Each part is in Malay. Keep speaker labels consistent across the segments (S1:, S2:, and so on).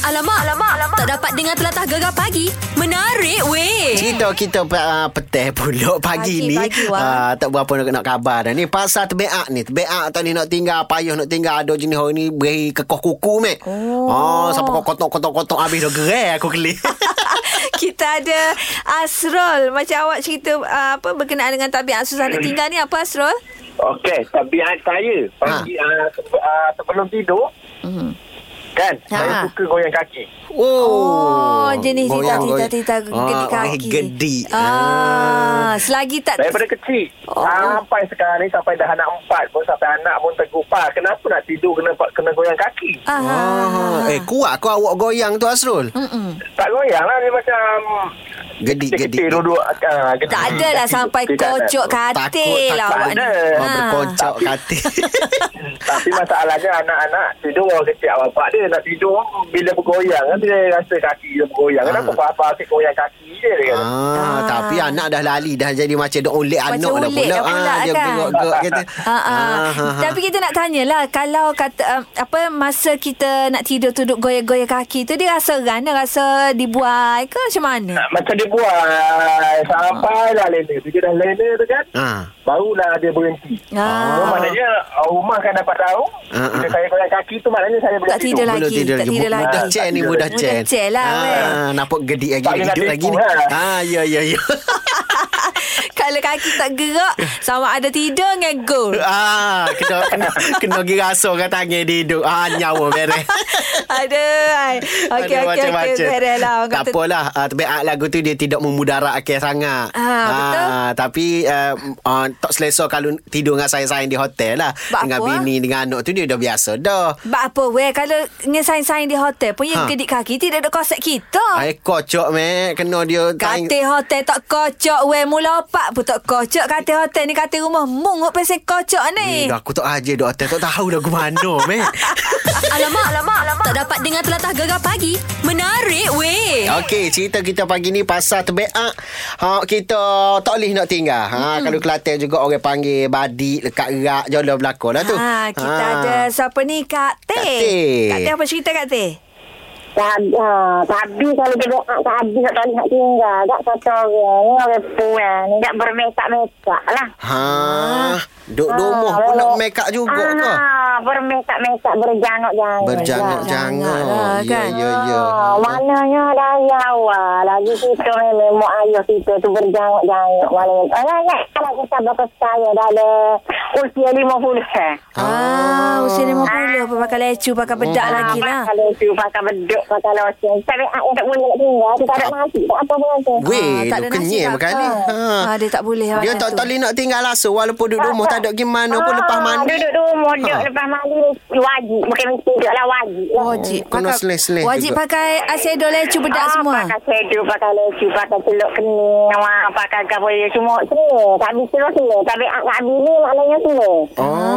S1: Alamak, alamak, alamak. Tak dapat dengar telatah gegar pagi. Menarik weh.
S2: Cerita kita uh, petang pula pagi,
S1: Pagi,
S2: ni
S1: pagi,
S2: uh,
S1: Wah.
S2: Tak berapa nak, nak kabar dah ni Pasal terbeak ni Terbeak tak ni nak tinggal Payuh nak tinggal Ada jenis hari ni Beri kekoh kuku mek
S1: Oh.
S2: oh Sampai kau kotok-kotok-kotok Habis dah gerai aku keli
S1: Kita ada Asrul. Macam awak cerita uh, apa berkenaan dengan tabiat susah nak tinggal ni apa Asrul?
S3: Okey, tabiat saya pagi ha. uh, se- uh, sebelum tidur
S1: Hmm.
S3: kan
S1: Ha.
S3: ha. saya suka goyang kaki.
S1: Oh, jenis tita-tita gedi
S2: Ah,
S1: kaki.
S2: Gedi
S1: Ah, selagi tak
S3: Daripada kecil
S1: Oh.
S3: oh. sampai sekarang ni sampai dah anak empat pun sampai anak pun tergupar. Kenapa nak tidur kena kena goyang kaki?
S1: Ah.
S2: Ah. Eh kuat kau awak goyang tu Asrul
S1: Mm-mm.
S3: Tak goyang lah dia macam
S2: Gedi gedi
S3: kecil duduk uh,
S1: Tak adalah sampai kocok katil
S2: Takut,
S1: lah
S2: takut.
S1: awak ni.
S3: Ada.
S2: Oh,
S1: Ah.
S2: berkocok katil
S3: Tapi masalahnya anak-anak tidur orang kecil bapak dia nak tidur bila bergoyang kan dia rasa kaki dia bergoyang. Kenapa
S2: Ah.
S3: papa asyik goyang kaki je dia kata.
S2: Ah, tapi anak dah lali dah jadi macam dok ulik
S1: Macam
S2: anak dah
S1: ulik
S2: pula. Ah,
S1: dah pula,
S2: dia
S1: kan?
S2: gerak-gerak kata.
S1: Ha ah. Tapi kita nak tanyalah kalau kata um, apa masa kita nak tidur tu duduk goyang-goyang kaki tu dia rasa rana rasa dibuai ke macam mana?
S3: Ah, Macam dia buat Sampai dah lena Bila dah lena tu kan
S2: Ha.
S3: Barulah dia berhenti
S1: Ah.
S3: So maknanya uh, Rumah kan dapat tahu
S2: Ah,
S3: Bila
S2: ah.
S3: saya goyang kaki tu Maknanya saya boleh
S1: Tak tidur lah. lagi.
S2: Belum tidur
S1: tak
S2: lagi.
S1: tidur lagi.
S2: Mudah cen ni mudah
S1: Mudah
S2: cen.
S1: cen lah, weh.
S2: Ah, nampak gedik lagi
S3: Tak
S2: nak
S3: boleh
S2: tidur
S3: nak
S2: lagi ni.
S3: tipu, ha?
S2: Ah, ya ya ya.
S1: Kalau kaki tak gerak sama ada tidur dengan gol.
S2: Ah, kena kena kena giraso kat tangan dia hidup. Ah, nyawa beres.
S1: Aduh. Okey
S2: Ada
S1: okey okey.
S2: macam-macam.
S1: Beres lah. Orang
S2: Tak
S1: kata-
S2: apalah uh, Terbaik lagu tu Dia tidak memudarat akhir sangat Ha,
S1: Ah, betul.
S2: Tapi uh, uh, Tak selesa kalau Tidur dengan sayang-sayang di hotel lah
S1: Bak
S2: Dengan
S1: apa,
S2: bini Dengan anak tu Dia dah biasa dah
S1: Bak apa weh Kalau dengan sain-sain di hotel pun Yang
S2: Ha.
S1: gedik kaki Tidak ada konsep kita
S2: Ai kocok meh kena dia tang-
S1: Katil hotel tak kocok weh Mula opak pun tak kocok Katil hotel ni katil rumah Mung Huk pesen kocok
S2: Eh,
S1: ni
S2: dah aku tak ajar dok hotel tak tahu dah aku mana meh.
S1: Ah, alamak, alamak, alamak Tak dapat dengar telatah gegar pagi Menarik weh
S2: Okey, cerita kita pagi ni pasal terbeak. Ha kita tak boleh nak tinggal. Ha
S1: Hmm.
S2: kalau Kelantan juga orang panggil badik lekat rak jolo belakang lah tu.
S1: Ha, kita ha. ada siapa ni Kak Teh.
S2: Kak Teh.
S1: Kak Teh apa cerita Kak Teh?
S4: Tadi, ha, tadi kalau dia doa tadi tak tahu nak tinggal. Tak satu orang. Ni orang puan. Ni tak bermetak-metak lah. Ha,
S2: Ha,
S1: Ah.
S2: duk rumah pun nak make up juga ke?
S4: Ah, bermetak-metak, berjangok-jangok.
S2: Berjangok-jangok.
S1: Janganlah,
S2: Ya,
S1: kan?
S2: ya, ya.
S4: Ah, mananya dari awal lagi kita memang mak ayah kita tu berjangok-jangok malam. Alah ya, kalau kita berkos saya dah ada usia 50 kan.
S1: Ah, usia 50 apa pakai lecu, pakai bedak lagi lah.
S4: Kalau Ah, tu pakai beduk, pakai loceng. Tak ada ah, tak boleh nak tinggal, tu tak ada nasi, tak apa pun tu.
S2: Weh,
S1: Ah, tak
S2: ha,
S1: ada
S2: kenyai
S1: nasi
S2: makan ni. Ha.
S1: bakar. Ah, dia tak boleh
S2: Dia
S1: macam
S2: tak
S1: tu.
S2: tak boleh nak tinggal langsung walaupun duduk rumah tak ada gimana pun lepas mandi.
S4: Ah, Duduk rumah, duduk
S2: Ha.
S4: lepas mandi wajib. Bukan mesti duduk lah wajib. lah.
S1: Wajib
S2: Kena
S1: pakai-
S2: seleh-seleh
S1: Wajib
S2: juga.
S1: pakai asedo lecu bedak
S4: Ah,
S1: semua.
S4: Pakai sedu, pakai lecu, pakai celuk kening, wah, pakai gaboi semua semua. Tak habis semua semua. Tak habis tak habis ni maknanya semua.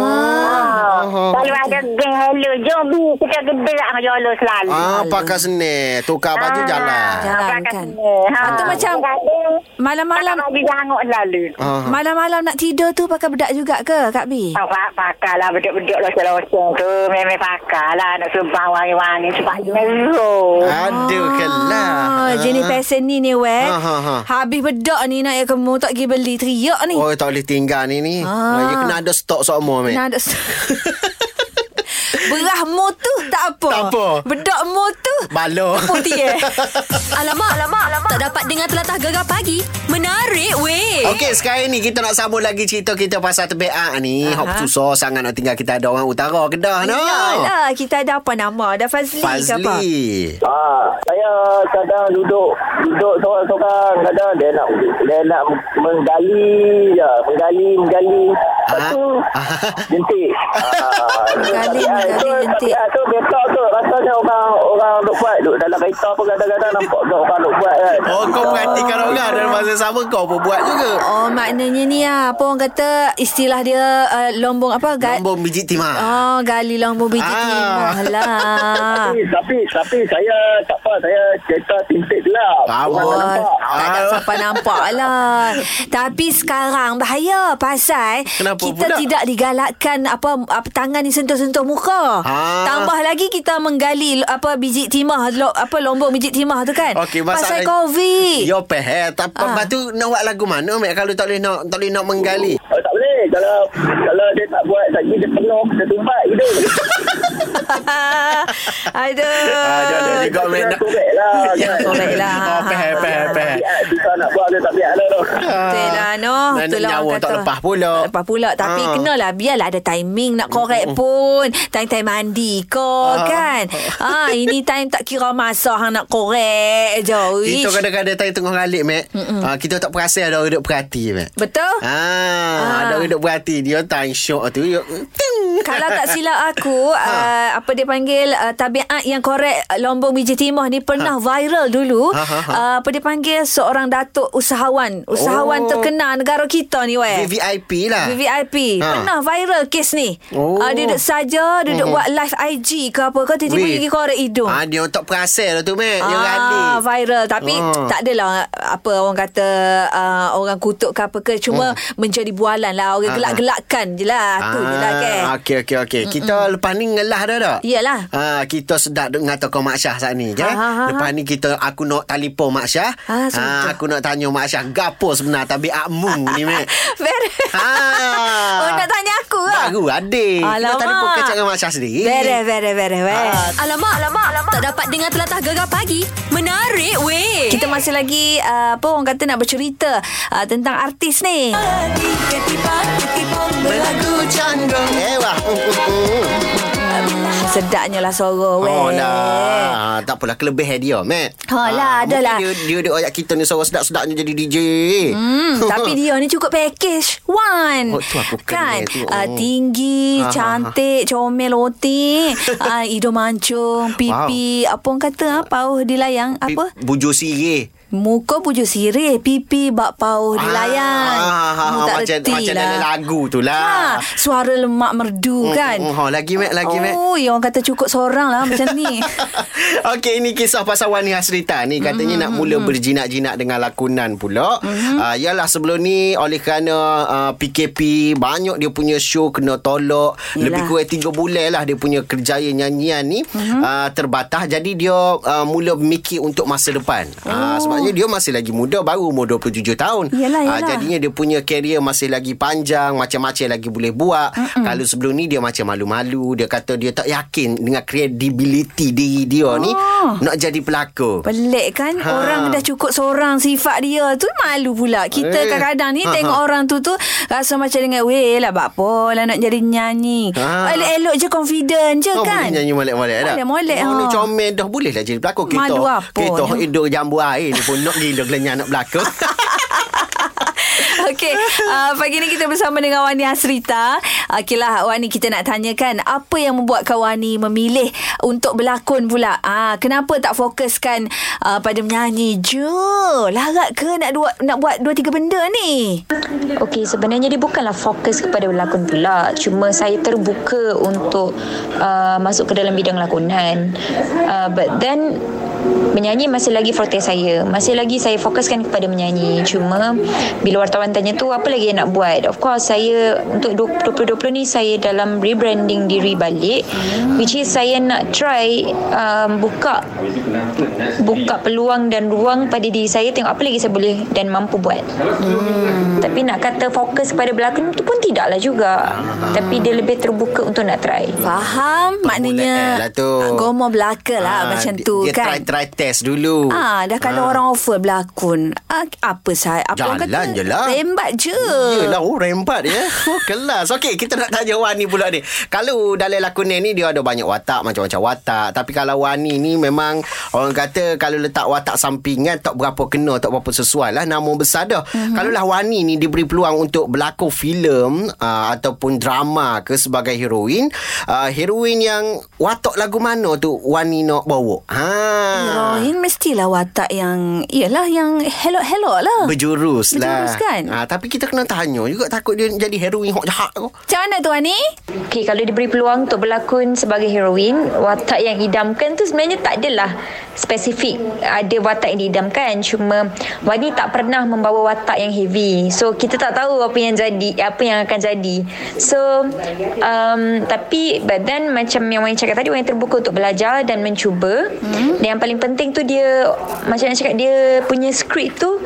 S4: Ah.
S2: Oh.
S4: Kalau ada geng hello, jom bi kita gerak dengan jolo selalu.
S2: Ah, pakai senar, tukar baju jalan.
S1: Ah. Jalan,
S4: pakai
S1: kan?
S4: semua. Ha.
S1: Atau macam-
S4: kadang
S1: Malam-malam
S4: pakai baju jangok selalu.
S2: Ah.
S1: malam-malam nak tidur tu pakai bedak juga ke Kak Bi?
S4: Oh, pak pakai lah beduk-beduk loceng-loceng tu. Memang pakai lah nak sumpah wangi-wangi sebab merah.
S2: Aduh kelah.
S1: Ah, jenis pesen ni ni weh.
S2: lah. Ha, ha, ha.
S1: Habis bedak ni nak ya kamu tak pergi beli teriak ni.
S2: Oh tak boleh tinggal ni ni.
S1: Ah.
S2: Ah. You kena ada stok semua meh.
S1: Nah, ada Berah mu tu tak apa.
S2: Tak apa.
S1: Bedak mu tu
S2: Balo.
S1: putih eh. alamak, alamak, alamak. Tak dapat dengar telatah gegar pagi. Menarik weh.
S2: Okey, sekarang ni kita nak sambung lagi cerita kita pasal terbeak ni.
S1: Aha.
S2: Hop susah sangat nak tinggal kita ada orang utara Kedah no.
S1: Yalah, kita ada apa nama? Ada Fazli, ke apa?
S2: Fazli.
S3: Ah, saya kadang duduk duduk seorang-seorang kadang dia nak dia nak menggali ya menggali menggali
S2: Ah.
S3: lepas tu
S2: Ah.
S3: jentik Ah,
S1: Menggali,
S3: ah,
S1: menggali,
S3: tu-
S1: jentik.
S3: ah, tu betok tu rasanya orang orang duk buat duk dalam kereta pun kadang-kadang nampak tu orang duk buat kan
S2: Oh, kau perhatikan orang dan masa sama kau pun buat juga.
S1: Oh, maknanya ni ah, apa orang kata istilah dia uh, lombong apa? Ga-
S2: Nombor biji timah.
S1: Oh, gali lombong biji
S2: Ah.
S1: timah lah.
S3: tapi, tapi tapi saya tak apa saya cerita tintik gelap
S2: Ah,
S3: Orang
S2: buat.
S3: nampak.
S1: tak ada siapa nampak lah. Tapi sekarang bahaya pasal
S2: Kenapa
S1: kita
S2: pula?
S1: tidak digalakkan apa, apa tangan ni sentuh-sentuh muka.
S2: Ah.
S1: Tambah lagi kita menggali apa biji mijit timah lo, apa lombok mijit timah tu kan.
S2: Okey,
S1: Pasal
S2: masalah-
S1: COVID.
S2: Yo peh eh. Tapi
S1: Ah.
S2: ha. tu nak buat lagu mana Mek kalau tak boleh nak tak boleh nak menggali.
S5: Oh, tak boleh. Kalau kalau dia tak buat, tak dia penuh, dia tumpat hidung.
S1: Aduh.
S2: Ah, dia ada juga Mek.
S5: Kena
S2: nak-
S5: korek lah.
S1: Ya,
S5: kan.
S1: korek lah.
S2: Oh peh peh peh.
S5: Biar, Susah nak buat, dia tak biar lah tu.
S1: Betul lah no
S2: Ah, Nak-
S1: Betul lah
S2: nyawa
S1: orang
S2: tak
S1: kata.
S2: lepas pula.
S1: Tak lepas pula Tapi
S2: Ah.
S1: kenalah Biarlah ada timing Nak korek pun Time-time mandi ko
S2: Ah.
S1: kan ah Ini time tak kira masa Hang nak korek je
S2: Kita
S1: Ish.
S2: kadang-kadang tanya tengah ngalik, Mek. Ha, kita tak perasan ada orang duduk perhati, Mek.
S1: Betul?
S2: Ha,
S1: Ah.
S2: ada orang duduk perhati. Dia time syok tu. Dia, ting.
S1: Kalau tak silap aku uh,
S2: Ah.
S1: Apa dia panggil uh, Tabiat yang korek uh, Lombong biji timah ni
S2: Ah.
S1: Pernah viral dulu
S2: Ha, ha, ha.
S1: Uh, Apa dia panggil Seorang datuk usahawan Usahawan
S2: Oh.
S1: terkenal negara kita ni weh
S2: VIP lah.
S1: VVIP ha.
S2: Ha.
S1: Pernah viral kes ni oh.
S2: Oh. Mm-hmm.
S1: uh, Dia duduk saja Dia duduk buat live IG ke apa ke Tiba-tiba
S2: Weh.
S1: pergi korek hidung
S2: Ha, dia tak perasan lah tu, Mek. Dia rali.
S1: Ah, viral Tapi
S2: Ah.
S1: tak adalah Apa orang kata uh, Orang kutuk ke apa ke Cuma menjadi bualan lah Orang
S2: Oh. Ah.
S1: gelak-gelakkan je lah Itu je lah kan
S2: Okey, okey, okey. Kita lepas ni ngelah dah tak?
S1: Iyalah.
S2: Ha, kita sedap duk ngata kau Mak Syah saat ni. Ha,
S1: Ha, ha, ha,
S2: Lepas ni kita, aku nak telefon Mak Syah.
S1: Ah, sebetulnya.
S2: aku nak tanya Mak Syah. Gapo sebenar tabiat mu ni, Mek?
S1: Beres
S2: Ha.
S1: Oh nak tanya aku lah
S2: Baru adik.
S1: Alamak.
S2: Kita telefon kacau dengan Mak Syah sendiri.
S1: Beres, beres, beres, beres.
S2: Ah.
S6: Alamak, alamak, alamak. Tak dapat dengar telatah gegar pagi. Menarik, weh.
S1: Kita masih lagi uh, apa orang kata nak bercerita uh, tentang artis ni.
S2: Lagu canggung Ewa
S1: Hmm, sedapnya lah suara weh.
S2: Oh lah Tak apalah Kelebih dia Matt
S1: Oh lah, ada lah.
S2: Dia dia duk ajak kita ni Suara sedap-sedapnya jadi DJ
S1: Hmm, tapi dia ni cukup package One
S2: Oh, tu aku
S1: Kan
S2: kenal tu.
S1: Ah,
S2: Oh.
S1: Tinggi
S2: Ah, ah,
S1: Cantik Comel otik uh, Hidung mancung Pipi Apa orang kata Apa oh, dilayang Apa
S2: Bujur sirih
S1: Muka pujuk sirih Pipi bak pauh dilayang
S2: ah, ah,
S1: Mu
S2: ah,
S1: tak
S2: Macam,
S1: reti
S2: macam
S1: lah.
S2: dalam lagu tu lah
S1: Ha, suara lemak merdu kan.
S2: mm, oh, lagi, Mat, lagi, Mat.
S1: Oh, ya orang kata cukup seorang lah macam ni.
S2: Okey, ini kisah pasal Wani Hasrita ni katanya nak mula berjinak-jinak dengan lakonan pula. Mm-hmm. Uh, yalah sebelum ni oleh kerana uh, PKP banyak dia punya show kena tolak.
S1: Yelah.
S2: Yalah. Lebih kurang tiga bulan lah dia punya kerjaya nyanyian ni mm-hmm. uh, terbatas. Jadi dia uh, mula mikir untuk masa depan. Oh. Uh, sebabnya dia masih lagi muda baru umur 27 tahun.
S1: Yelah,
S2: Ah,
S1: yelah.
S2: jadinya dia punya career masih lagi panjang, macam-macam lagi boleh buat. Mm-hmm. Kalau sebelum ni dia macam malu-malu, dia kata dia tak yakin dengan credibility diri dia oh. ni nak jadi pelakon.
S1: Pelik kan ha.
S2: Ha.
S1: Orang dah cukup seorang Sifat dia tu malu pula Kita eh.
S2: Eh.
S1: kadang-kadang ni ha.
S2: Ha, ha.
S1: Tengok orang tu tu Rasa macam dengan Weh lah buat apa lah Nak jadi nyanyi ha.
S2: Ha.
S1: Elok-elok je confident je
S2: Kau
S1: kan
S2: Oh, boleh nyanyi molek-molek dah.
S1: Molek-molek, ha.
S2: Molek comel dah boleh lah jadi pelakon. Kita,
S1: Malu apa
S2: Kita
S1: ni?
S2: hidup jambu air ni pun nak gila gelenyan nak pelakon.
S1: Okey, uh, pagi ni kita bersama dengan Wani Hasrita. Okeylah Wani kita nak tanyakan apa yang membuatkan Wani memilih untuk berlakon pula? Ah, kenapa tak fokuskan uh, pada menyanyi je? Larat ke nak dua, nak buat dua tiga benda ni?
S7: Okey, sebenarnya dia bukanlah fokus kepada berlakon pula. Cuma saya terbuka untuk uh, masuk ke dalam bidang lakonan. Uh, but then menyanyi masih lagi forte saya. Masih lagi saya fokuskan kepada menyanyi. Cuma bila wartawan tanya tu apa lagi yang nak buat? Of course saya untuk 2020 ni saya dalam rebranding diri balik which is saya nak try um, buka buka peluang dan ruang pada diri saya tengok apa lagi saya boleh dan mampu buat. Hmm. Tapi nak kata fokus kepada berlakon tu pun tidaklah juga. Tapi dia lebih terbuka untuk nak try.
S1: Faham? Maknanya
S2: lah tu.
S1: ah, Gomo belaka lah
S2: Ah,
S1: macam
S2: dia-
S1: tu
S2: dia
S1: kan.
S2: try-try test dulu.
S1: Ah, dah kalau orang offer berlakon, ah, apa saya apa orang
S2: Jalan
S1: kata,
S2: je lah.
S1: Rembat je.
S2: Yelah oh rembat ya Oh kelas Okey kita nak tanya Wani pula ni Kalau dalam lakonan ni Dia ada banyak watak Macam-macam watak Tapi kalau Wani ni Memang Orang kata Kalau letak watak sampingan Tak berapa kena Tak berapa sesuai lah Nama besar dah
S1: Mhm.
S2: mm-hmm. Kalau lah Wani ni Diberi peluang untuk Berlakon filem uh, Ataupun drama ke Sebagai ah, heroin uh, Heroin yang Watak lagu mana tu Wani nak bawa ha,
S1: Rohin mestilah watak yang Yelah yang helok-helok lah
S2: Berjurus lah
S1: Berjurus kan?
S2: ha, Tapi kita kena tanya juga Takut dia jadi heroin hok jahat tu
S1: Macam mana Tuan ni?
S7: Okey, kalau diberi peluang untuk berlakon sebagai heroin, watak yang idamkan tu sebenarnya tak adalah spesifik ada watak yang diidamkan. Cuma Wani tak pernah membawa watak yang heavy. So kita tak tahu apa yang jadi, apa yang akan jadi. So um, tapi badan macam yang Wani cakap tadi, Wani terbuka untuk belajar dan mencuba. Hmm. Dan yang paling penting tu dia macam nak cakap dia punya skrip tu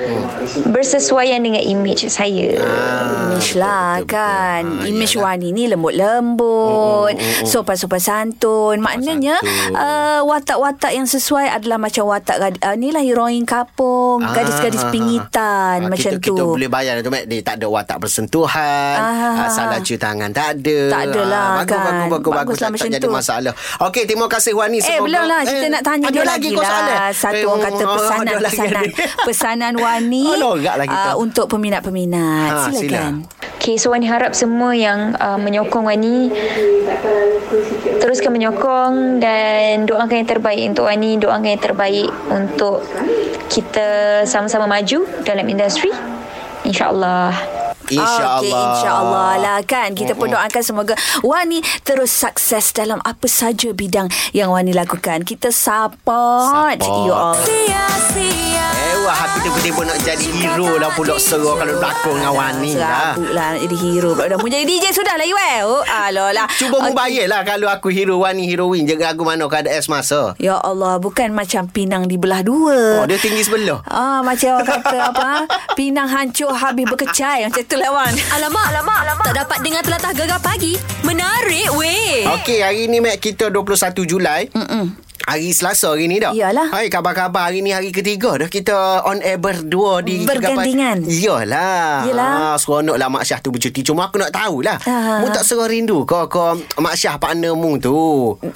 S7: bersesuaian dengan image saya.
S2: Ah.
S1: Image lah kan
S2: ya
S1: Image
S2: lah.
S1: Wani ni
S2: Oh,
S1: lembut-lembut Sopan-sopan santun Maknanya
S2: santun.
S1: uh, Watak-watak yang sesuai adalah macam watak gad- uh, Ni lah heroin kapung
S2: Ah,
S1: Gadis-gadis
S2: ah, ah.
S1: pingitan
S2: Ah,
S1: Macam
S2: kita,
S1: tu Eh,
S2: Kita boleh bayar tu Mat. Dia tak ada watak bersentuhan.
S1: Ah.
S2: Ah. Salah cuci tangan tak ada.
S1: Tak ada lah,
S2: Ah, bagus,
S1: kan.
S2: bagus, bagus, bagus.
S1: Baguslah
S2: Tak, tak
S1: macam
S2: jadi
S1: tu.
S2: masalah. Okey, terima kasih Wani.
S1: Eh belum lah Kita nak tanya
S2: ada
S1: dia lagi
S2: kau
S1: lah
S2: soalan?
S1: Satu
S2: Eh,
S1: orang kata
S2: oh,
S1: pesanan
S2: ada lagi
S1: Pesanan
S2: ada.
S1: pesanan Wani
S2: Oh, lorak lah kita.
S1: ah, Untuk peminat-peminat
S2: Ah, sila.
S1: Silakan
S7: Okay, so Wani harap semua yang uh, menyokong Wani teruskan menyokong dan doakan yang terbaik untuk Wani, doakan yang terbaik untuk kita sama-sama maju dalam industri. InsyaAllah.
S2: InsyaAllah.
S1: Okey, InsyaAllah lah kan. Kita pun doakan semoga Wani terus sukses dalam apa saja bidang yang Wani lakukan. Kita support, Ya
S2: Support.
S1: you all.
S6: Sia-sia.
S2: Ewah, aku tiba-tiba nak jadi hero lah pulak serah kalau berlakon dengan Wani lah.
S1: Serabut lah nak jadi hero pula. Dah pun jadi DJ sudah lah you eh. Oh, alolah.
S2: Cuba mubayar lah kalau aku hero Wani heroin. Jaga aku mana kada es masa.
S1: Ya Allah, bukan macam pinang dibelah dua.
S2: Oh, dia tinggi sebelah.
S1: Ah, macam orang kata apa ah, Pinang hancur habis berkecai Macam tu lah Wan
S6: Alamak, alamak, alamak. Tak dapat dengar telatah gegar pagi. Menarik weh.
S2: Okey, hari ni Mac kita 21 Julai. Mm-mm. Hari Selasa hari ni dah.
S1: Iyalah.
S2: Hai khabar-khabar hari ni hari ketiga dah kita on air berdua di
S1: Bergandingan.
S2: Gegapai. Iyalah.
S1: Iyalah.
S2: Ha, seronoklah Mak Syah tu bercuti. Cuma aku nak tahulah.
S1: Ah.
S2: Mu tak serah rindu ke ke Mak Syah partner mu tu?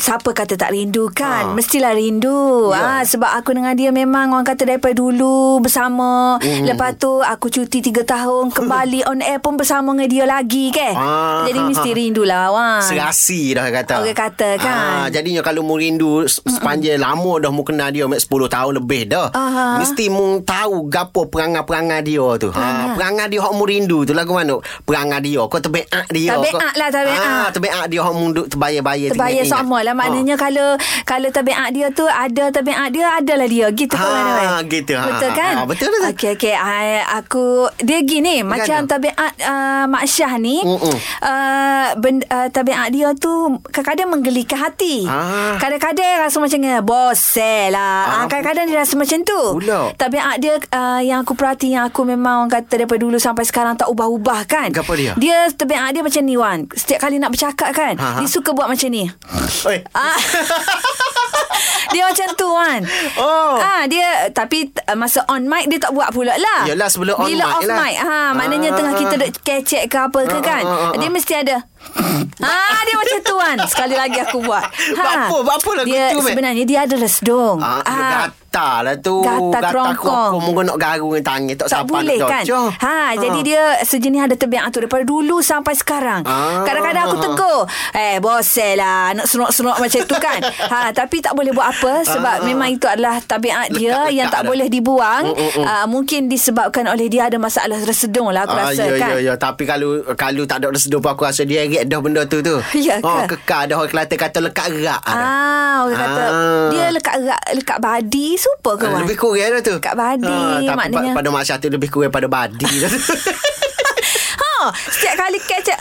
S1: Siapa kata tak rindu kan
S2: Ha.
S1: Mestilah rindu ha,
S2: Ya.
S1: Sebab aku dengan dia memang Orang kata daripada dulu Bersama
S2: Hmm.
S1: mm. Lepas tu aku cuti 3 tahun Kembali on air pun bersama dengan dia lagi ke
S2: Ah,
S1: Jadi
S2: ha,
S1: mesti
S2: ha.
S1: rindulah Wan
S2: Serasi dah kata.
S1: Ah. Orang kata, kan?
S2: Ha, jadinya kalau mu rindu se- sepanjang lama dah mu kenal dia Mak 10 tahun lebih dah.
S1: Aha.
S2: Mesti mu tahu gapo perangai-perangai dia tu. Ha, perangai dia hok mu rindu tu lagu mana? Perangai dia kau terbeak dia.
S1: Tabiat
S2: kau-
S1: lah, tabiat.
S2: Ah, terbeak dia hok mu duk terbayar-bayar
S1: Terbayar
S2: teringat-ingat.
S1: sama lah
S2: Ah.
S1: Maknanya kalau Kalau tabiat dia tu Ada tabiat dia Adalah dia Gitu
S2: Ha,
S1: kan Wan?
S2: gitu. Ha,
S1: Betul
S2: ha,
S1: kan
S2: ha, betul lah.
S1: Okey okey I- Aku Dia gini Macam
S2: Kenapa?
S1: tabiat uh, Mak Syah ni
S2: Mm-mm.
S1: uh, ben, uh, Tabiat dia tu Kadang-kadang menggelikan hati
S2: Ah.
S1: Kadang-kadang rasa macam Bosel lah ah.
S2: Ah.
S1: Kadang-kadang dia rasa macam tu
S2: Pula.
S1: Tabiat dia uh, Yang aku perhati Yang aku memang orang kata Daripada dulu sampai sekarang Tak ubah-ubah kan
S2: Apa dia?
S1: Dia tabiat dia macam ni Wan Setiap kali nak bercakap kan
S2: Ha, ha.
S1: Dia suka buat macam ni
S2: Oh. Oi.
S1: Ah. dia macam tu kan.
S2: Oh.
S1: Ah dia tapi uh, masa on mic dia tak buat pula lah.
S2: Yalah, sebelum on
S1: Bila
S2: mic
S1: off
S2: lah.
S1: mic. Ha maknanya
S2: Ah.
S1: tengah kita duk kecek ke apa ke
S2: Ah,
S1: kan.
S2: ah, ah, ah.
S1: Dia mesti ada. ah dia macam tu kan. Sekali lagi aku buat. Ha.
S2: Buat apa? Buat apa lagu
S1: dia,
S2: tu, Mat?
S1: Sebenarnya dia adalah sedung.
S2: Ah, gatal lah tu.
S1: Gatal kerongkong.
S2: Mungkin nak garu dengan tangan.
S1: tak
S2: Tak, sabar
S1: boleh
S2: nak Ah.
S1: kan
S2: docoh.
S1: ha, Jadi dia sejenis ada tebiat tu Daripada dulu sampai sekarang
S2: Ah.
S1: Kadang-kadang aku tegur Eh bosel lah Nak senok-senok macam tu kan ha, Tapi tak boleh buat apa Sebab
S2: Ah.
S1: memang itu adalah tabiat dia
S2: Lekat-lekat
S1: Yang tak
S2: dah.
S1: boleh dibuang
S2: Mm, mm, mm.
S1: Ah, Mungkin disebabkan oleh dia Ada masalah tersedung lah aku
S2: Ah,
S1: rasa
S2: ya,
S1: kan
S2: Ya, ya. Tapi kalau kalau tak ada resedup pun aku rasa dia erat dah benda tu tu.
S1: Ya ke?
S2: Oh, kekal dah orang Kelantan kata lekat erat. dah.
S1: Ah, orang kata
S2: Ah.
S1: dia lekat erat- lekat badi super ke
S2: Ah,
S1: Wan?
S2: lebih kurang dah tu. Ah,
S1: Kat badi,
S2: tapi
S1: maknanya.
S2: pa- pada masa tu lebih kurang pada badi dah tu.
S1: Ha, setiap kali catch up.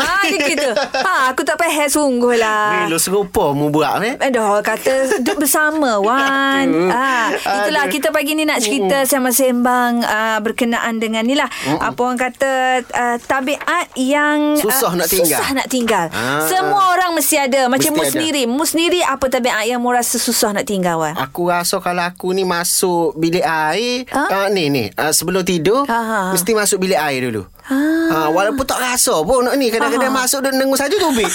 S1: Ha, dia gitu. Ha, aku tak faham sungguh lah.
S2: Bila serupa mu buat eh.
S1: Aduh, kata duduk bersama Wan.
S2: Aduh.
S1: ha, itulah
S2: Aduh.
S1: kita pagi ni nak cerita sembang-sembang uh, berkenaan dengan ni lah. Apa orang kata uh, tabiat yang ah,
S2: Susah nak tinggal.
S1: Susah nak tinggal.
S2: Ah.
S1: Semua orang mesti ada. Macam
S2: Mesti
S1: mu
S2: ada.
S1: sendiri, mu sendiri apa tabiat yang mu rasa susah nak tinggal Wan?
S2: Aku rasa kalau aku ni masuk bilik air
S1: Ha?
S2: ha? uh, Ni ni uh, Sebelum tidur
S1: Ha, ha, ha.
S2: Mesti masuk bilik air dulu
S1: Ah.
S2: Ha, walaupun tak rasa pun ni kadang-kadang masuk dia dengung saja tubik.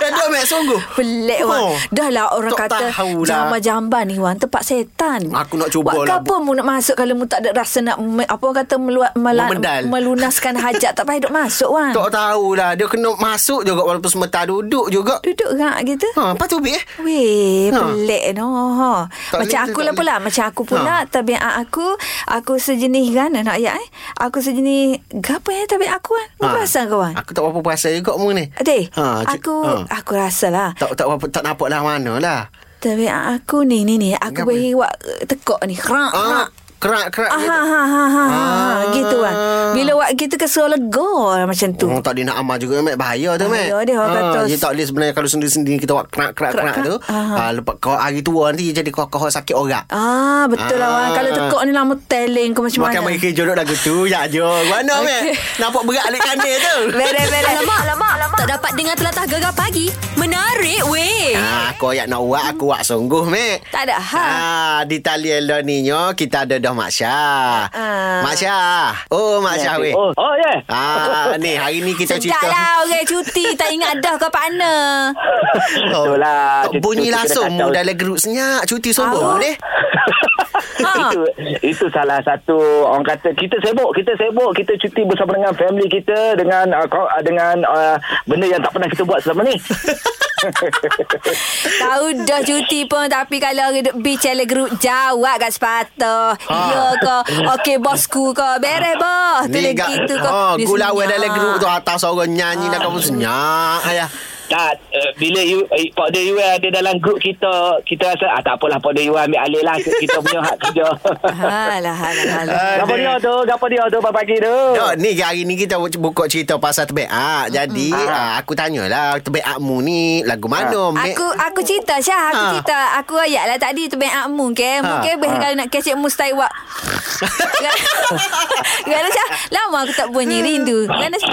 S2: Dan dia ambil sungguh.
S1: Pelik Wan
S2: Oh.
S1: Dah lah orang
S2: Tak
S1: kata
S2: tahu lah.
S1: Jamban-jamban ni Wan Tempat setan
S2: Aku nak cuba
S1: Buat
S2: lah,
S1: apa mu nak masuk Kalau mu tak ada rasa nak me- Apa orang kata melua, mela,
S2: Memedal.
S1: Melunaskan hajat Tak payah duk masuk Wan
S2: Tak tahulah Dia kena masuk juga Walaupun sementara duduk juga
S1: Duduk rak gitu
S2: Ha, lepas tu Bik eh
S1: Weh,
S2: Ha.
S1: pelik no. Ha.
S2: Tak
S1: Macam
S2: boleh,
S1: aku
S2: tak
S1: lah
S2: boleh.
S1: pula. Macam aku pula, ha. tabiat aku, aku sejenis kan nak ayat eh. Aku sejenis, apa ya tabiat aku kan? Ha. Perasan kawan?
S2: Aku tak berapa perasan juga mu ni
S1: Adik,
S2: Ha, cik-
S1: aku
S2: ha.
S1: aku rasalah.
S2: Tak tak berapa, tak nampak lah mana lah
S1: Tabiat aku ni, ni, ni. Aku
S2: Kenapa?
S1: beri awak eh, tekok ni. Kerak,
S2: Ah,
S1: kerak.
S2: Kerak-kerak
S1: Ah,
S2: gitu.
S1: ha, ha, ha, ha, ha,
S2: Ah.
S1: gitu kan. Bila awak gitu kesal lega lah macam tu.
S2: Oh, tak boleh nak amal juga, Mat. Bahaya tu, Mat.
S1: Bahaya dia, orang kata.
S2: Dia tak boleh sebenarnya kalau sendiri-sendiri kita buat kerak-kerak-kerak tu.
S1: Kerak-kerak. Aha.
S2: Ha, lepas kau hari tua nanti jadi kau kau sakit orang.
S1: Ah, betul lah Wan.
S2: Ah.
S1: Kalau tekok ni lama teling ke macam
S2: Makan
S1: mana.
S2: bagi kerja duduk lagu tu. Ya, je. Mana, Mat?
S1: Okey.
S2: Nampak berat alik kandil tu.
S1: Beres, beres.
S6: Alamak, alamak, alamak. Tak dapat dengar telatah gegar pagi. Menarik weh.
S2: Ha, kau yang nak buat, aku buat sungguh, Mek.
S1: Tak ada hal.
S2: Ha, di talian lo ni nyo, kita ada dah Mak
S1: Ah.
S2: Syah.
S1: Ya,
S2: Mak Syah. Oh, Mak Syah weh.
S5: Oh, oh yeah.
S2: Ha, ni hari ni kita
S1: Sedap
S2: cerita.
S1: lah orang cuti Tak ingat dah ke mana
S5: Betul lah.
S2: Tak Oh,
S5: Cuti-
S2: bunyi
S5: cuti
S2: langsung
S5: kena
S2: mu
S5: kacau.
S2: dalam geruk senyap. Cuti sombong
S1: Awak.
S2: deh.
S1: ha.
S5: Itu itu salah satu orang kata kita sibuk, kita sibuk, kita cuti bersama dengan family kita dengan uh, kau- uh, dengan uh, benda yang tak pernah kita buat selama ni.
S1: Tahu dah cuti pun Tapi kalau orang duduk Bi challenge group Jawab kat sepatah ha. Ya ke Okey bosku ke Beres boh Tu
S2: Ni
S1: lagi
S2: gak,
S1: tu ke
S2: oh,
S1: Dia
S2: gula awal
S1: senyap. Ah.
S2: dalam geruk tu atas orang nyanyi dah kamu senyap. Ayah.
S5: tak uh, bila you eh, Pak Dia UL ada dalam grup kita, kita rasa ah tak apalah Pak Dia UL ambil alih lah kita punya hak kerja.
S1: Alah alah
S2: Ah.
S1: alah
S5: Gapa dia tu, gapa dia tu pagi-pagi tu.
S2: Dok, Oh, ni hari ni kita buka cerita pasal tebek ah. Jadi ah, aku tanyalah tebek akmu ni lagu
S5: Ah.
S2: mana? Mek?
S1: Aku aku cerita Syah Aku
S2: Ha.
S1: cerita Aku ayat lah tadi Tu banyak mu ke Mungkin ha. ha. kalau nak kecek Mustai wak Kerana Syah Lama aku tak bunyi rindu Kerana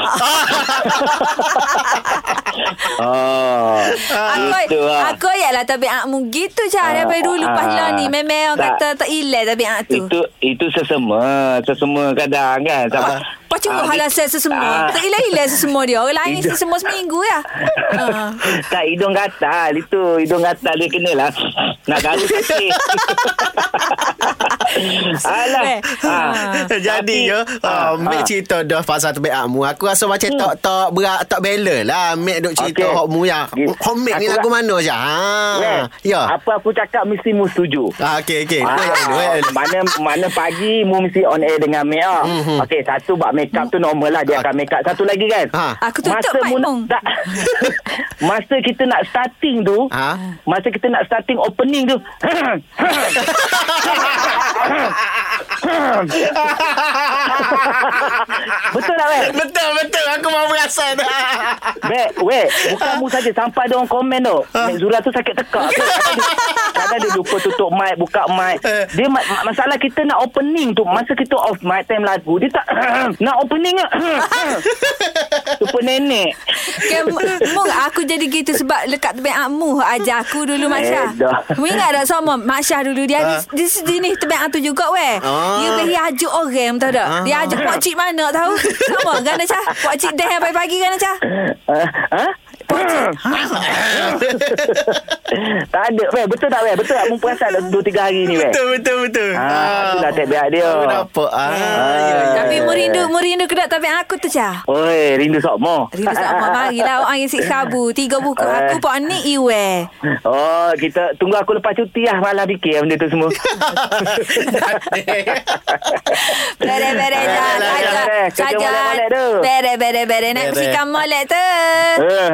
S5: Oh.
S1: Aku
S5: Gitu lah.
S1: aku ayatlah tabiatmu gitu Syah daripada dulu
S5: ah,
S1: paslah ni memang orang
S5: tak.
S1: kata tak ilai tabiat tu.
S5: Itu itu sesama, sesama kadang kan. Sampai,
S2: Ah.
S1: Kau cuba halah saya
S5: Ah.
S1: sesemua. Tak ilai-ilai sesemua dia. Orang lain sesemua seminggu ya. Ha.
S5: Tak hidung gatal itu hidung gatal dia kenalah nak garu sakit. Alah.
S1: Eh.
S5: Ha.
S2: Jadi ya ah, Mek cerita dah Pasal tebek akmu Aku rasa macam tak Tak berat Tak balance lah Mek duk cerita
S5: Hmm. Okey.
S2: okay. Hokmu ya
S5: Gi-
S2: Homek ni
S5: aku
S2: lagu
S5: ra-
S2: mana je ha.
S5: Ya.
S2: Ya
S5: Apa aku cakap mesti mu setuju.
S2: Ah, okay, okay.
S5: Ah,
S2: Well, well.
S5: mana mana pagi mu mesti on air dengan Mia.
S2: Mhm.
S5: Mm-hmm. Okey, satu bab make up tu normal lah dia akan make up. Satu lagi kan.
S1: Ah,
S2: Ha.
S1: Aku tutup mic,
S5: mu nak-
S1: Mong.
S5: tak, masa kita nak starting tu,
S2: Ha.
S5: masa kita nak starting opening tu. Betul tak, Weh?
S2: Betul, betul. Aku mau perasan.
S5: Eh. Weh, weh, bukan mu saja sampai ada orang komen tu. Mek Zura tu sakit tekak. tu. Kadang dia- Kadang dia lupa tutup mic, buka mic. Dia ma- ma- masalah kita nak opening tu. Masa kita off mic time lagu, dia tak nak opening ke? Super nenek.
S1: Kan mung aku jadi gitu sebab lekat tabiatmu ajar aku dulu Mak Syah.
S5: Eh, dah.
S1: Mu ingat tak sama Mak Syah dulu dia
S5: Ha.
S1: ada di sini tabiat tu juga weh.
S2: Ah.
S1: Dia pergi ajuk orang tahu tak? Dia
S5: Ha.
S1: ajuk pak cik mana tahu? Sama kan Syah? Pak cik dah pagi-pagi kan Syah?
S5: Ah, Ha? tak ada weh betul tak weh betul tak mu perasan dah 2 3 hari ni weh
S2: betul, betul, betul.
S5: Ah, itulah tebak dia.
S2: Aku nampak. Ah, ya, ya.
S1: Tapi mu rindu, mu rindu ke tak tabiat aku tu Syah?
S5: Oi rindu sokmo
S1: Rindu sama Marilah orang lah, yang sik sabu Tiga buku
S5: Eh.
S1: Aku pak ni iwe
S5: Oh, kita tunggu aku lepas cuti lah malah fikir benda tu semua.
S1: Bere bere
S5: Beres,
S1: Saja
S5: beres, beres. lah, Kerja
S1: Saja
S5: molek-molek tu.
S1: Bere bere bere Nak
S2: Beres.
S1: sikam molek tu
S5: Eh.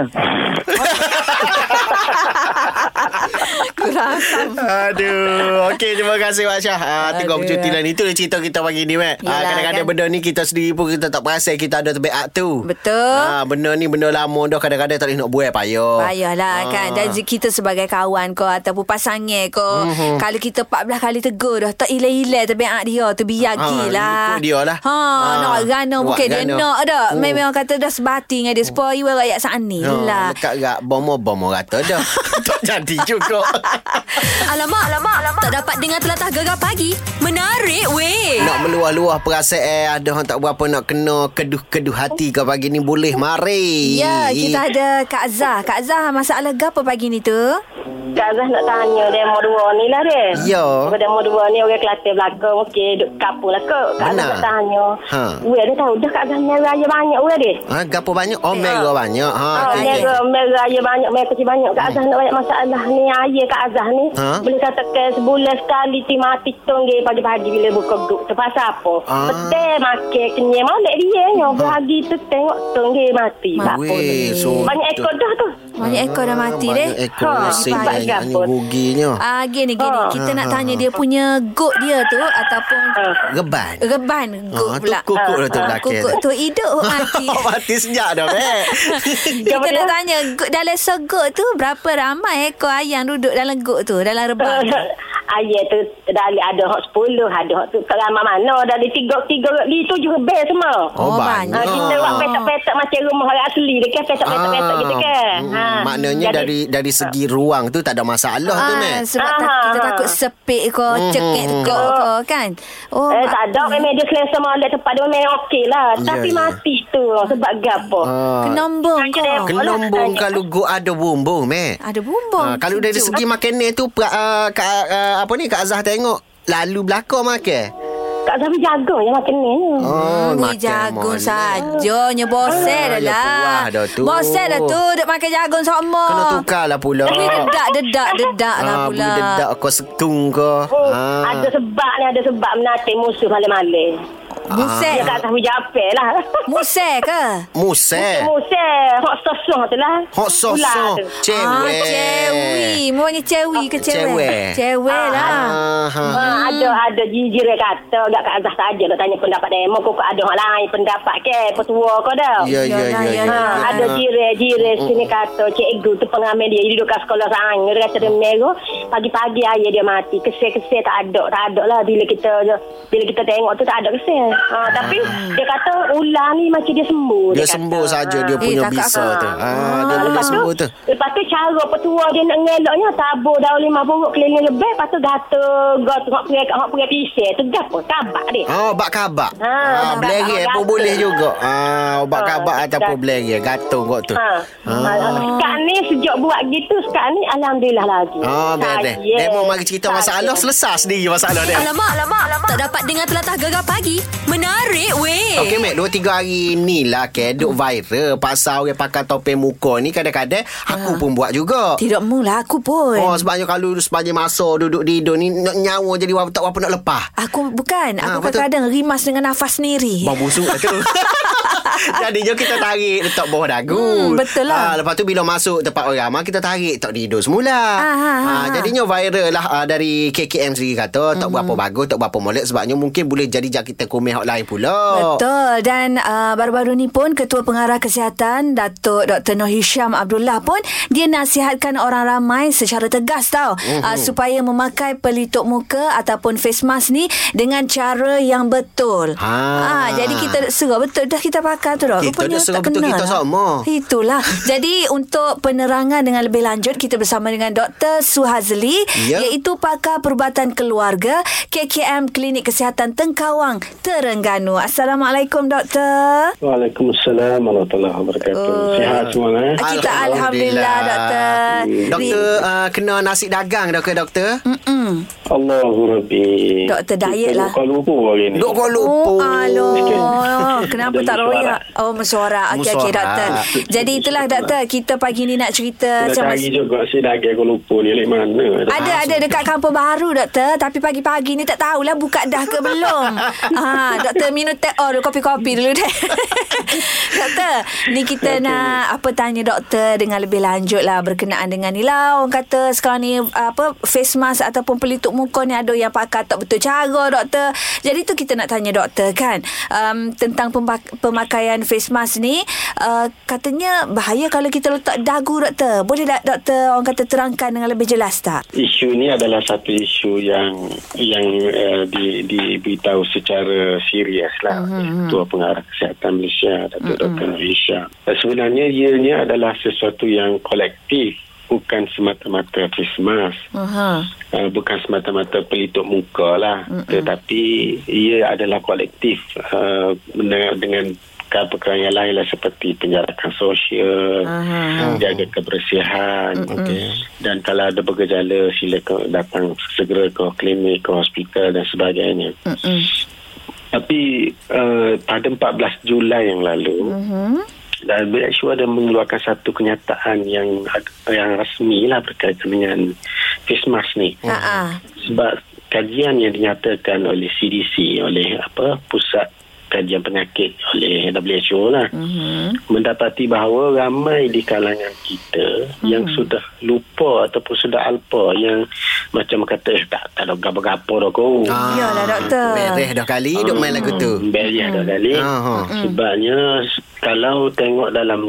S1: Kurang
S2: Aduh Okey terima kasih Mak Syah ah, Tengok
S1: Aduh. ya.
S2: bercuti lah ni Itulah cerita kita pagi ni Mat ah,
S1: Yalah,
S2: Kadang-kadang
S1: kan?
S2: benda ni Kita sendiri pun Kita tak perasan Kita ada terbeak tu
S1: Betul.
S2: ah, Benda ni benda lama dah Kadang-kadang tak boleh nak buat Payah Ah.
S1: Payahlah kan Dan je- kita sebagai kawan kau Ataupun pasangan kau
S2: Mhm.
S1: Kalau kita 14 kali tegur dah Tak ilai-ilai tabiat dia Tu biar
S2: Ha,
S1: gila
S2: ikut dia lah.
S1: ha,
S2: Ha,
S1: Nak gana
S2: buat
S1: Bukan dia
S2: gana.
S1: nak dah
S2: Oh.
S1: Memang orang kata dah sebati dengan dia Sepoi Iwe rakyat saat ni
S2: Ha,
S1: lah
S2: Lekat gak bomo bomo rata dah. tak Nanti cukup.
S6: Alamak, alamak, alamak. Tak dapat dengar telatah gegar pagi. Menarik weh.
S2: nak meluah-luah perasaan eh, ada orang tak berapa nak kena keduh-keduh hati ke pagi ni boleh mari.
S1: Ya, kita ada Kak Zah. Kak Zah, masalah apa pagi ni tu?
S8: Kak Zah nak tanya demo dua ni lah dia.
S2: Ya.
S8: Sebab demo dua ni orang Kelantan belaka okey duk kapur lah kau. Kak Zah
S2: Benar.
S8: nak tanya.
S2: Ha.
S8: Ha. Weh dia tahu dah Kak Zah ni raya banyak weh dia.
S2: Ha, gapo banyak? Oh, merah banyak. Ha,
S8: Ha,
S2: okey. okey.
S8: merah, merah raya banyak, merah kecil banyak. Kak Azah nak banyak masalah ni. Ayah Kak Azah ni.
S2: Ha?
S8: Boleh katakan sebulan sekali ti mati tonggih pagi-pagi bila buka grup tu. Pasal apa?
S2: Ah.
S8: Petai makan kenyai molek dia. Nyoba pagi tu tengok tonggih mati. Tak apa.
S2: Weh, so
S8: Banyak ekor dah tu.
S1: Banyak ekor dah mati
S2: Ah, banyak
S1: deh.
S2: ekor
S8: Ha,
S2: mesin
S8: sebab
S2: yang ni
S8: gapo?
S2: ruginya.
S1: Ah, gini, gini.
S8: Ha.
S1: Kita nak
S2: Ha, ha,
S1: tanya
S2: ha.
S1: dia punya goat dia tu ataupun
S2: Geban.
S1: reban goat
S2: Ha, tu
S1: pula.
S2: kukuk dah tu
S1: Ah,
S2: belakang.
S1: Kukuk tu hidup mati.
S2: Oh, mati sejak dah, Mek.
S1: Kita nak tanya goat dalam segot tu berapa ramai ekor ayam duduk dalam goat tu dalam
S2: Ah,
S1: rebang. tu?
S8: Ayah Ah, ya, tu dari ada hak 10, ada hak tu tak ramai mana. Dari tiga, tiga, di tujuh bel semua.
S1: Oh,
S2: Oh, banyak.
S8: Ha, kita buat petak-petak macam rumah orang asli dia kan petak-petak-petak
S2: Ah,
S8: gitu kan.
S2: mm,
S8: Ha.
S2: Maknanya
S8: Jadi-
S2: dari dari segi ruang tu tak ada masalah tu, Mek.
S1: Ah,
S2: Hmm,
S1: sebab tak,
S8: Ah.
S1: kita takut sepik ke, cekik ke, ke kan. Oh,
S8: Eh,
S1: mak-
S8: tak ada memang dia selesa molek tempat dia memang okey lah.
S2: Ya,
S8: Tapi
S2: ya.
S8: mati tu sebab gapo.
S2: Ah,
S1: Kenombong kau.
S2: Kenombong kalau go ada bumbung, Mek.
S1: Ada bumbung.
S2: Ha, kalau dari
S1: Oh, Sejuk.
S2: segi makanan tu pra, uh, Kak, uh, apa ni Kak Azah tengok lalu belakang makan.
S8: Kak Zami jaga yang makan ni.
S2: Oh,
S1: Ui, Hmm, jagung saja nya bosan dah
S2: ya
S1: lah.
S2: puas dah tu.
S1: Bosan dah tu duk makan jagung sama.
S2: Kena tukar lah pula.
S1: Tapi dedak dedak dedak lah
S2: Ah,
S1: pula.
S2: boleh dedak kau setung kau.
S8: Oh,
S2: Ah.
S8: Ada sebab ni, ada sebab menanti musuh malam-malam.
S1: Musek.
S8: Ya, Kak Zami japek lah.
S2: Eh.
S1: Musek ke?
S2: Musel.
S8: Musuh, hok sosong tu lah.
S2: Hok
S8: Ular
S2: sosok.
S1: Ah,
S8: tu.
S2: oh. Cewek.
S1: cewi. Maunya cewi ke
S2: Cewek.
S1: cewek? Cewek lah.
S2: Ah, ha.
S8: Ha, ada ada jijik dia kata Gak Kak Azah saja nak tanya pendapat demo Kau ada orang lain pendapat ke Petua kau dah
S2: Ya, Oh. ya,
S1: Yalah,
S2: ya, ya.
S1: yalah.
S8: Ha,
S2: ya.
S8: ada jire-jire sini kata cikgu tu pengamen dia dia duduk kat sekolah sangat dia kata dia merah pagi-pagi ayah dia mati kesel-kesel tak ada tak ada lah bila kita bila kita tengok tu tak ada kesel ha, tapi dia kata ular ni macam dia sembuh
S2: Ah. Dia
S8: kata.
S2: sembuh saja dia
S1: Eh,
S2: punya
S1: kakak
S2: bisa
S1: aku.
S2: tu. Ah, dia boleh
S8: lepas
S2: sembuh tu.
S8: Lepas tu cara petua dia nak ngeloknya tabur daun lima buruk keliling lebih lepas tu gata got hok pergi hok pergi pisah tu gapo tabak dia.
S2: Oh, obat kabak.
S8: Ha, obat
S2: Ah, belerek
S8: kabak
S2: pun
S8: gatung.
S2: boleh juga. Ah, obat
S8: Ha,
S2: kabak ataupun
S8: gatung.
S2: belerek gatung kot tu. Ah,
S8: Ha. ha. Sekarang ni sejak buat gitu sekarang ni alhamdulillah lagi. Ah,
S2: Oh, bebek.
S8: Saya-
S2: Demo mari cerita masalah
S8: saya-
S2: selesai sendiri masalah dia.
S6: Alamak, alamak, alamak. Tak dapat dengar telatah gegar pagi. Menarik
S1: eh.
S6: weh.
S2: Okey, Mek. Dua, tiga hari ni lah ke duk viral pasal orang pakai topeng muka ni kadang-kadang aku pun buat juga.
S1: Tidak mula aku pun.
S2: Oh, sebabnya kalau sepanjang masa duduk di hidung ni nak nyawa jadi wa- tak apa nak lepas.
S1: Aku bukan.
S2: Ah,
S1: Aku
S2: betul.
S1: kadang-kadang rimas dengan nafas sendiri.
S2: Bau busuk lah tu Jadi jom kita tarik Letak bawah dagu
S1: Hmm, betul lah.
S2: Ah, Lepas tu bila masuk tempat orang mah, Kita tarik Tak di hidung semula
S1: Ah, ah,
S2: Ah,
S1: ah.
S2: Jadinya viral lah ah, Dari KKM sendiri kata Tak
S1: Hmm.
S2: berapa bagus Tak berapa molek Sebabnya mungkin boleh jadi Jangkitan komen hot lain pula
S1: Betul dan uh, baru-baru ni pun Ketua Pengarah Kesihatan Datuk Dr. Noh Hisham Abdullah pun dia nasihatkan orang ramai secara tegas tau
S2: Mhm.
S1: mm-hmm. uh, supaya memakai pelitup muka ataupun face mask ni dengan cara yang betul.
S2: Ha.
S1: Ah, jadi kita suruh betul dah kita pakai tu dah.
S2: Kita
S1: Rupanya
S2: dah suruh
S1: tak
S2: betul,
S1: kena
S2: kita
S1: lah.
S2: sama.
S1: Itulah. jadi untuk penerangan dengan lebih lanjut kita bersama dengan Dr. Suhazli
S2: Ya.
S1: iaitu itu pakar perubatan keluarga KKM Klinik Kesihatan Tengkawang Terengganu. Assalamualaikum doktor.
S9: Waalaikumsalam warahmatullahi wabarakatuh.
S1: Oh.
S9: Sihat semua eh?
S1: Kita
S2: Alhamdulillah.
S1: alhamdulillah doktor.
S2: Doktor uh, Kena nasi dagang Doktor Doktor
S1: Mm, Mm-mm.
S9: Allahu Rabbi.
S1: Doktor, diet lah.
S9: Buka lupa hari ni.
S2: Duk kau
S1: Oh,
S2: lupa
S1: aloh. Kenapa tak
S9: Ada
S1: royak?
S9: mesyuarat.
S1: Oh, mesyuarat. Okey, okey,
S2: Mesyuarat.
S1: doktor. Jadi itulah, doktor. Kita pagi ni nak cerita
S9: Dah
S1: macam
S9: cari juga si daging aku lupa ni. Lek mana?
S1: Ada ada dekat kampung baru doktor tapi pagi-pagi ni tak tahulah buka dah ke belum. ha doktor minum teh oh dulu kopi-kopi dulu deh. doktor, ni kita nak apa tanya doktor dengan lebih lanjut lah berkenaan dengan ni lah orang kata sekarang ni apa face mask ataupun pelitup muka ni ada yang pakai tak betul cara doktor. Jadi tu kita nak tanya doktor kan um, tentang pembak- pemakaian face mask ni uh, katanya bahaya kalau kita letak dagu doktor. Boleh tak doktor orang kata terangkan dengan lebih jelas tak?
S9: Isu ni adalah satu isu yang yang uh, di, diberitahu secara serius lah mm-hmm. Ketua Pengarah Kesihatan Eh, Malaysia Datuk mm-hmm. Dr. Malaysia. Sebenarnya ianya adalah sesuatu yang kolektif bukan semata-mata face mask.
S1: Aha.
S9: Uh, bukan semata-mata pelitup muka lah Mm-mm. tetapi ia adalah kolektif uh, dengan, dengan perkara yang lain lah seperti penjarakan sosial uh-huh. jaga kebersihan okay. dan kalau ada bergejala silakan datang segera ke klinik ke hospital dan sebagainya
S1: Mm-mm.
S9: tapi uh, pada 14 Julai yang lalu uh-huh. dan WHO ada mengeluarkan satu kenyataan yang yang rasmi lah berkaitan dengan face mask ni.
S1: Ha ah.
S9: Sebab kajian yang dinyatakan oleh CDC oleh apa pusat kajian penyakit oleh WHO lah mm-hmm. mendapati bahawa ramai di kalangan kita mm-hmm. yang sudah lupa ataupun sudah alpa yang macam kata eh, tak tak ada gapo-gapo dah kau
S2: Ah,
S1: mm, Iyalah, doktor.
S2: Mereh dah kali duk main lagu tu.
S9: Barrier dah kali.
S2: Ah, ha.
S9: Sebabnya s- kalau tengok dalam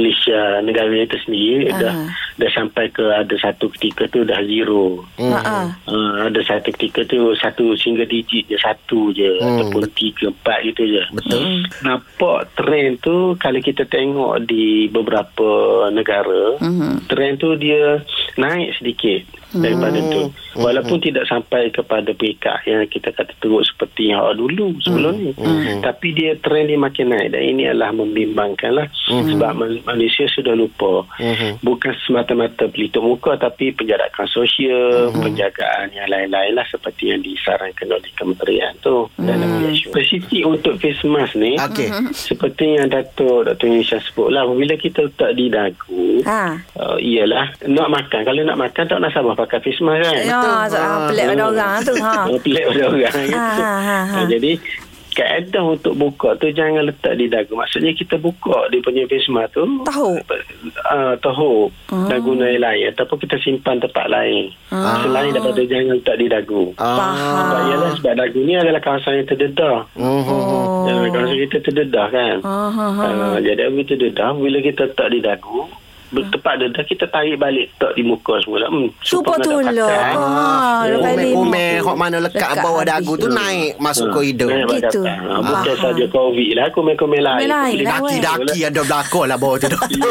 S9: Malaysia negara itu sendiri
S1: Ah.
S9: dah dah sampai ke ada satu ketika tu dah zero.
S2: Hmm.
S1: Ha ah.
S9: Uh, ada satu ketika tu satu single digit je satu je
S2: Hmm,
S9: hmm. ataupun tiga empat gitu je
S1: Mm.
S2: Betul.
S9: nampak trend tu kalau kita tengok di beberapa negara hmm. trend tu dia naik sedikit daripada tu walaupun tidak sampai kepada peringkat yang kita kata teruk seperti yang awal dulu sebelum ni tapi dia trend dia makin naik dan ini adalah membimbangkan lah sebab man- manusia sudah lupa
S1: Hmm.
S9: bukan semata-mata pelitup muka tapi penjarakan sosial
S1: Hmm.
S9: penjagaan yang lain-lain lah seperti yang disarankan oleh kementerian tu dan
S1: Hmm.
S9: WHO spesifik untuk face mask ni
S2: Okey.
S1: Mm,
S9: seperti yang Datuk Dr. Nisha sebut lah bila kita letak di dagu
S1: Ha.
S9: uh, ialah nak makan kalau nak makan tak nak sabar pakai face mask kan
S1: Ya, ah, pelik pada orang tu. Ha.
S9: Ah, pelik pada orang gitu.
S1: ha, ha, ha.
S9: Ah, Jadi kaedah untuk buka tu jangan letak di dagu. Maksudnya kita buka dia punya pesma tu.
S1: Tahu.
S9: Uh, tahu. Dagu lain-lain. Ataupun kita simpan tempat lain. Selain daripada jangan letak di dagu.
S2: Ah.
S9: Sebab ialah sebab dagu ni adalah kawasan yang terdedah.
S2: Mhm.
S9: Oh. Kawasan kita terdedah kan.
S1: Ah, ah,
S9: Uh, jadi apabila terdedah, bila kita letak di dagu,
S1: Ha.
S9: Tepat dedah kita tarik balik tak di muka semula. Hmm,
S1: Super
S9: nak
S1: tu
S9: pakai.
S1: lah. Ah,
S9: Oh,
S1: lepas ni.
S2: Umeh-umeh hok mana lekat
S1: Lekat
S2: bawah
S1: habis.
S2: dagu tu Hmm. naik masuk koridor.
S9: Saya
S1: Gitu.
S9: kata, ah, Bukan
S1: Faham.
S9: saja COVID lah. Komen-komen lain.
S1: Komen lain
S9: Boleh
S1: lah,
S9: kaki
S1: weh.
S9: dah.
S2: Daki-daki ada belakang lah bawah tu.
S9: Ya.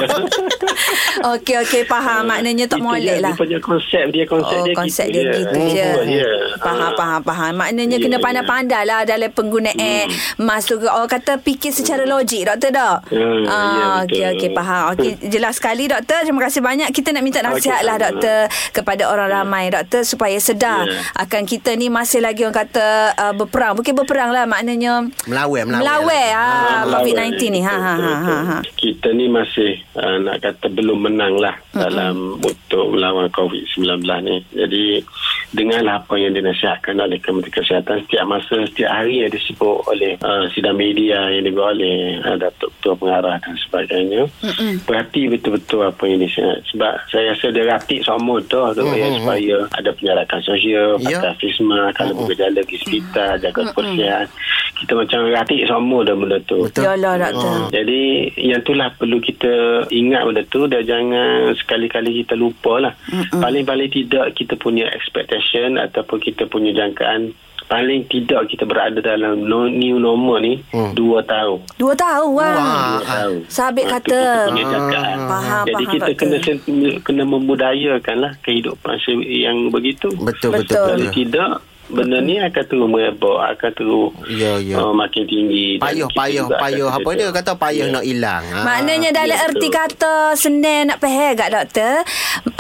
S1: Okey, okey. Faham. Maknanya tak
S9: Eh, Itu
S1: molek
S9: dia,
S1: lah.
S9: Dia punya konsep dia. Konsep
S1: Oh,
S9: dia
S1: konsep
S9: gitu
S1: dia gitu je.
S9: Ya.
S1: Faham,
S9: Ah.
S1: faham, faham. Maknanya
S9: Ya,
S1: kena
S9: ya. Hmm.
S1: pandai-pandai lah dalam penggunaan mask tu. Orang kata fikir secara logik, doktor tak?
S9: Hmm, ya,
S1: ah, okey,
S9: betul.
S1: okey, faham. Okey, jelas sekali, doktor. Terima kasih banyak. Kita nak minta nasihat
S9: Okey,
S1: lah,
S9: sama.
S1: doktor, kepada orang ramai, doktor, supaya sedar
S9: Ya.
S1: akan kita ni masih lagi orang kata uh, berperang. Bukan berperang lah, maknanya
S2: Melawai, melawai.
S1: melawai ah,
S9: Melawan,
S1: COVID-19 ni. Ha, ha,
S9: betul,
S1: ha,
S9: betul,
S1: ha,
S9: betul.
S1: ha.
S9: Kita ni masih uh, nak kata belum menang lah dalam untuk melawan COVID-19 ni. Jadi dengarlah apa yang dinasihatkan oleh Kementerian Kesihatan setiap masa, setiap hari yang disebut oleh uh, sidang media yang dibuat oleh uh, Datuk Ketua Pengarah dan sebagainya. Mm-mm. Perhati betul-betul apa yang dinasihat. Sebab saya rasa dia ratik semua tu mm-hmm. ya, supaya ada penjarakan sosial,
S2: Ya.
S9: yeah. pakai face mask, kalau mm-hmm. bergejala pergi hospital, jaga kebersihan. Kita macam ratik semua dah benda tu.
S2: Betul.
S1: Yalah, Ya doktor.
S9: Ah. Jadi yang itulah perlu kita ingat benda tu dan jangan sekali-kali kita lupa lah. Mm-mm. Paling-paling tidak kita punya expectation ataupun kita punya jangkaan paling tidak kita berada dalam no, new normal ni mm. dua tahun.
S1: Dua tahun, wah.
S9: Dua tahun.
S1: Sabit
S9: Ah,
S1: kata.
S9: tu kita punya jangkaan.
S1: Faham,
S9: eh. Jadi
S1: faham,
S9: kita
S1: doktor.
S9: kena sen- kena memudayakan lah kehidupan se- yang begitu.
S2: Betul,
S1: Betul.
S2: betul.
S9: Kalau
S2: betul.
S9: tidak benda ni akan terus merebak, akan terus
S2: Ya, ya.
S9: Uh, makin tinggi. Dan
S2: Payuh,
S9: kita
S2: payuh,
S9: juga akan
S2: payuh. Apa
S9: terdedah.
S2: dia kata payuh
S9: Ya.
S2: nak hilang. Ah.
S1: Maknanya dalam
S9: ya,
S1: erti
S9: betul.
S1: kata Senin nak pahal kat doktor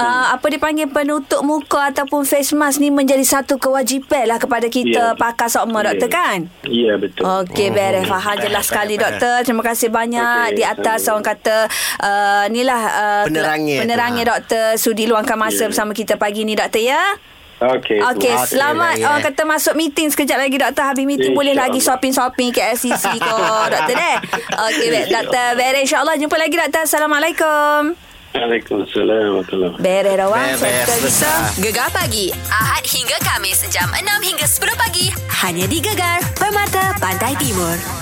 S1: uh, Apa dipanggil penutup muka Ataupun face mask ni Menjadi satu kewajipan lah Kepada kita
S9: Ya.
S1: pakai sokma doktor
S9: Ya.
S1: kan
S9: Ya betul.
S1: Okey, beres. Faham jelas sekali, doktor. Terima kasih banyak
S9: Okey,
S1: di atas
S9: sama.
S1: orang kata uh, inilah uh,
S2: Penerangan.
S1: penerangan
S2: Ha.
S1: doktor sudi luangkan masa
S9: Ya.
S1: bersama kita pagi ni, doktor ya.
S9: Okey.
S1: Okey,
S2: Okey,
S1: selamat
S2: ya, ya.
S1: orang kata masuk meeting sekejap lagi doktor. Habis meeting boleh
S9: InsyaAllah.
S1: lagi shopping-shopping KLCC tu doktor deh. Okey, baik doktor. Beres insya-Allah jumpa lagi doktor. Assalamualaikum.
S9: Waalaikumsalam warahmatullahi
S1: Beres dah wang.
S2: Beres,
S1: Saya betul kita.
S2: besar.
S6: Gegar pagi Ahad hingga Kamis jam 6 hingga 10 pagi hanya di Gegar Permata Pantai Timur.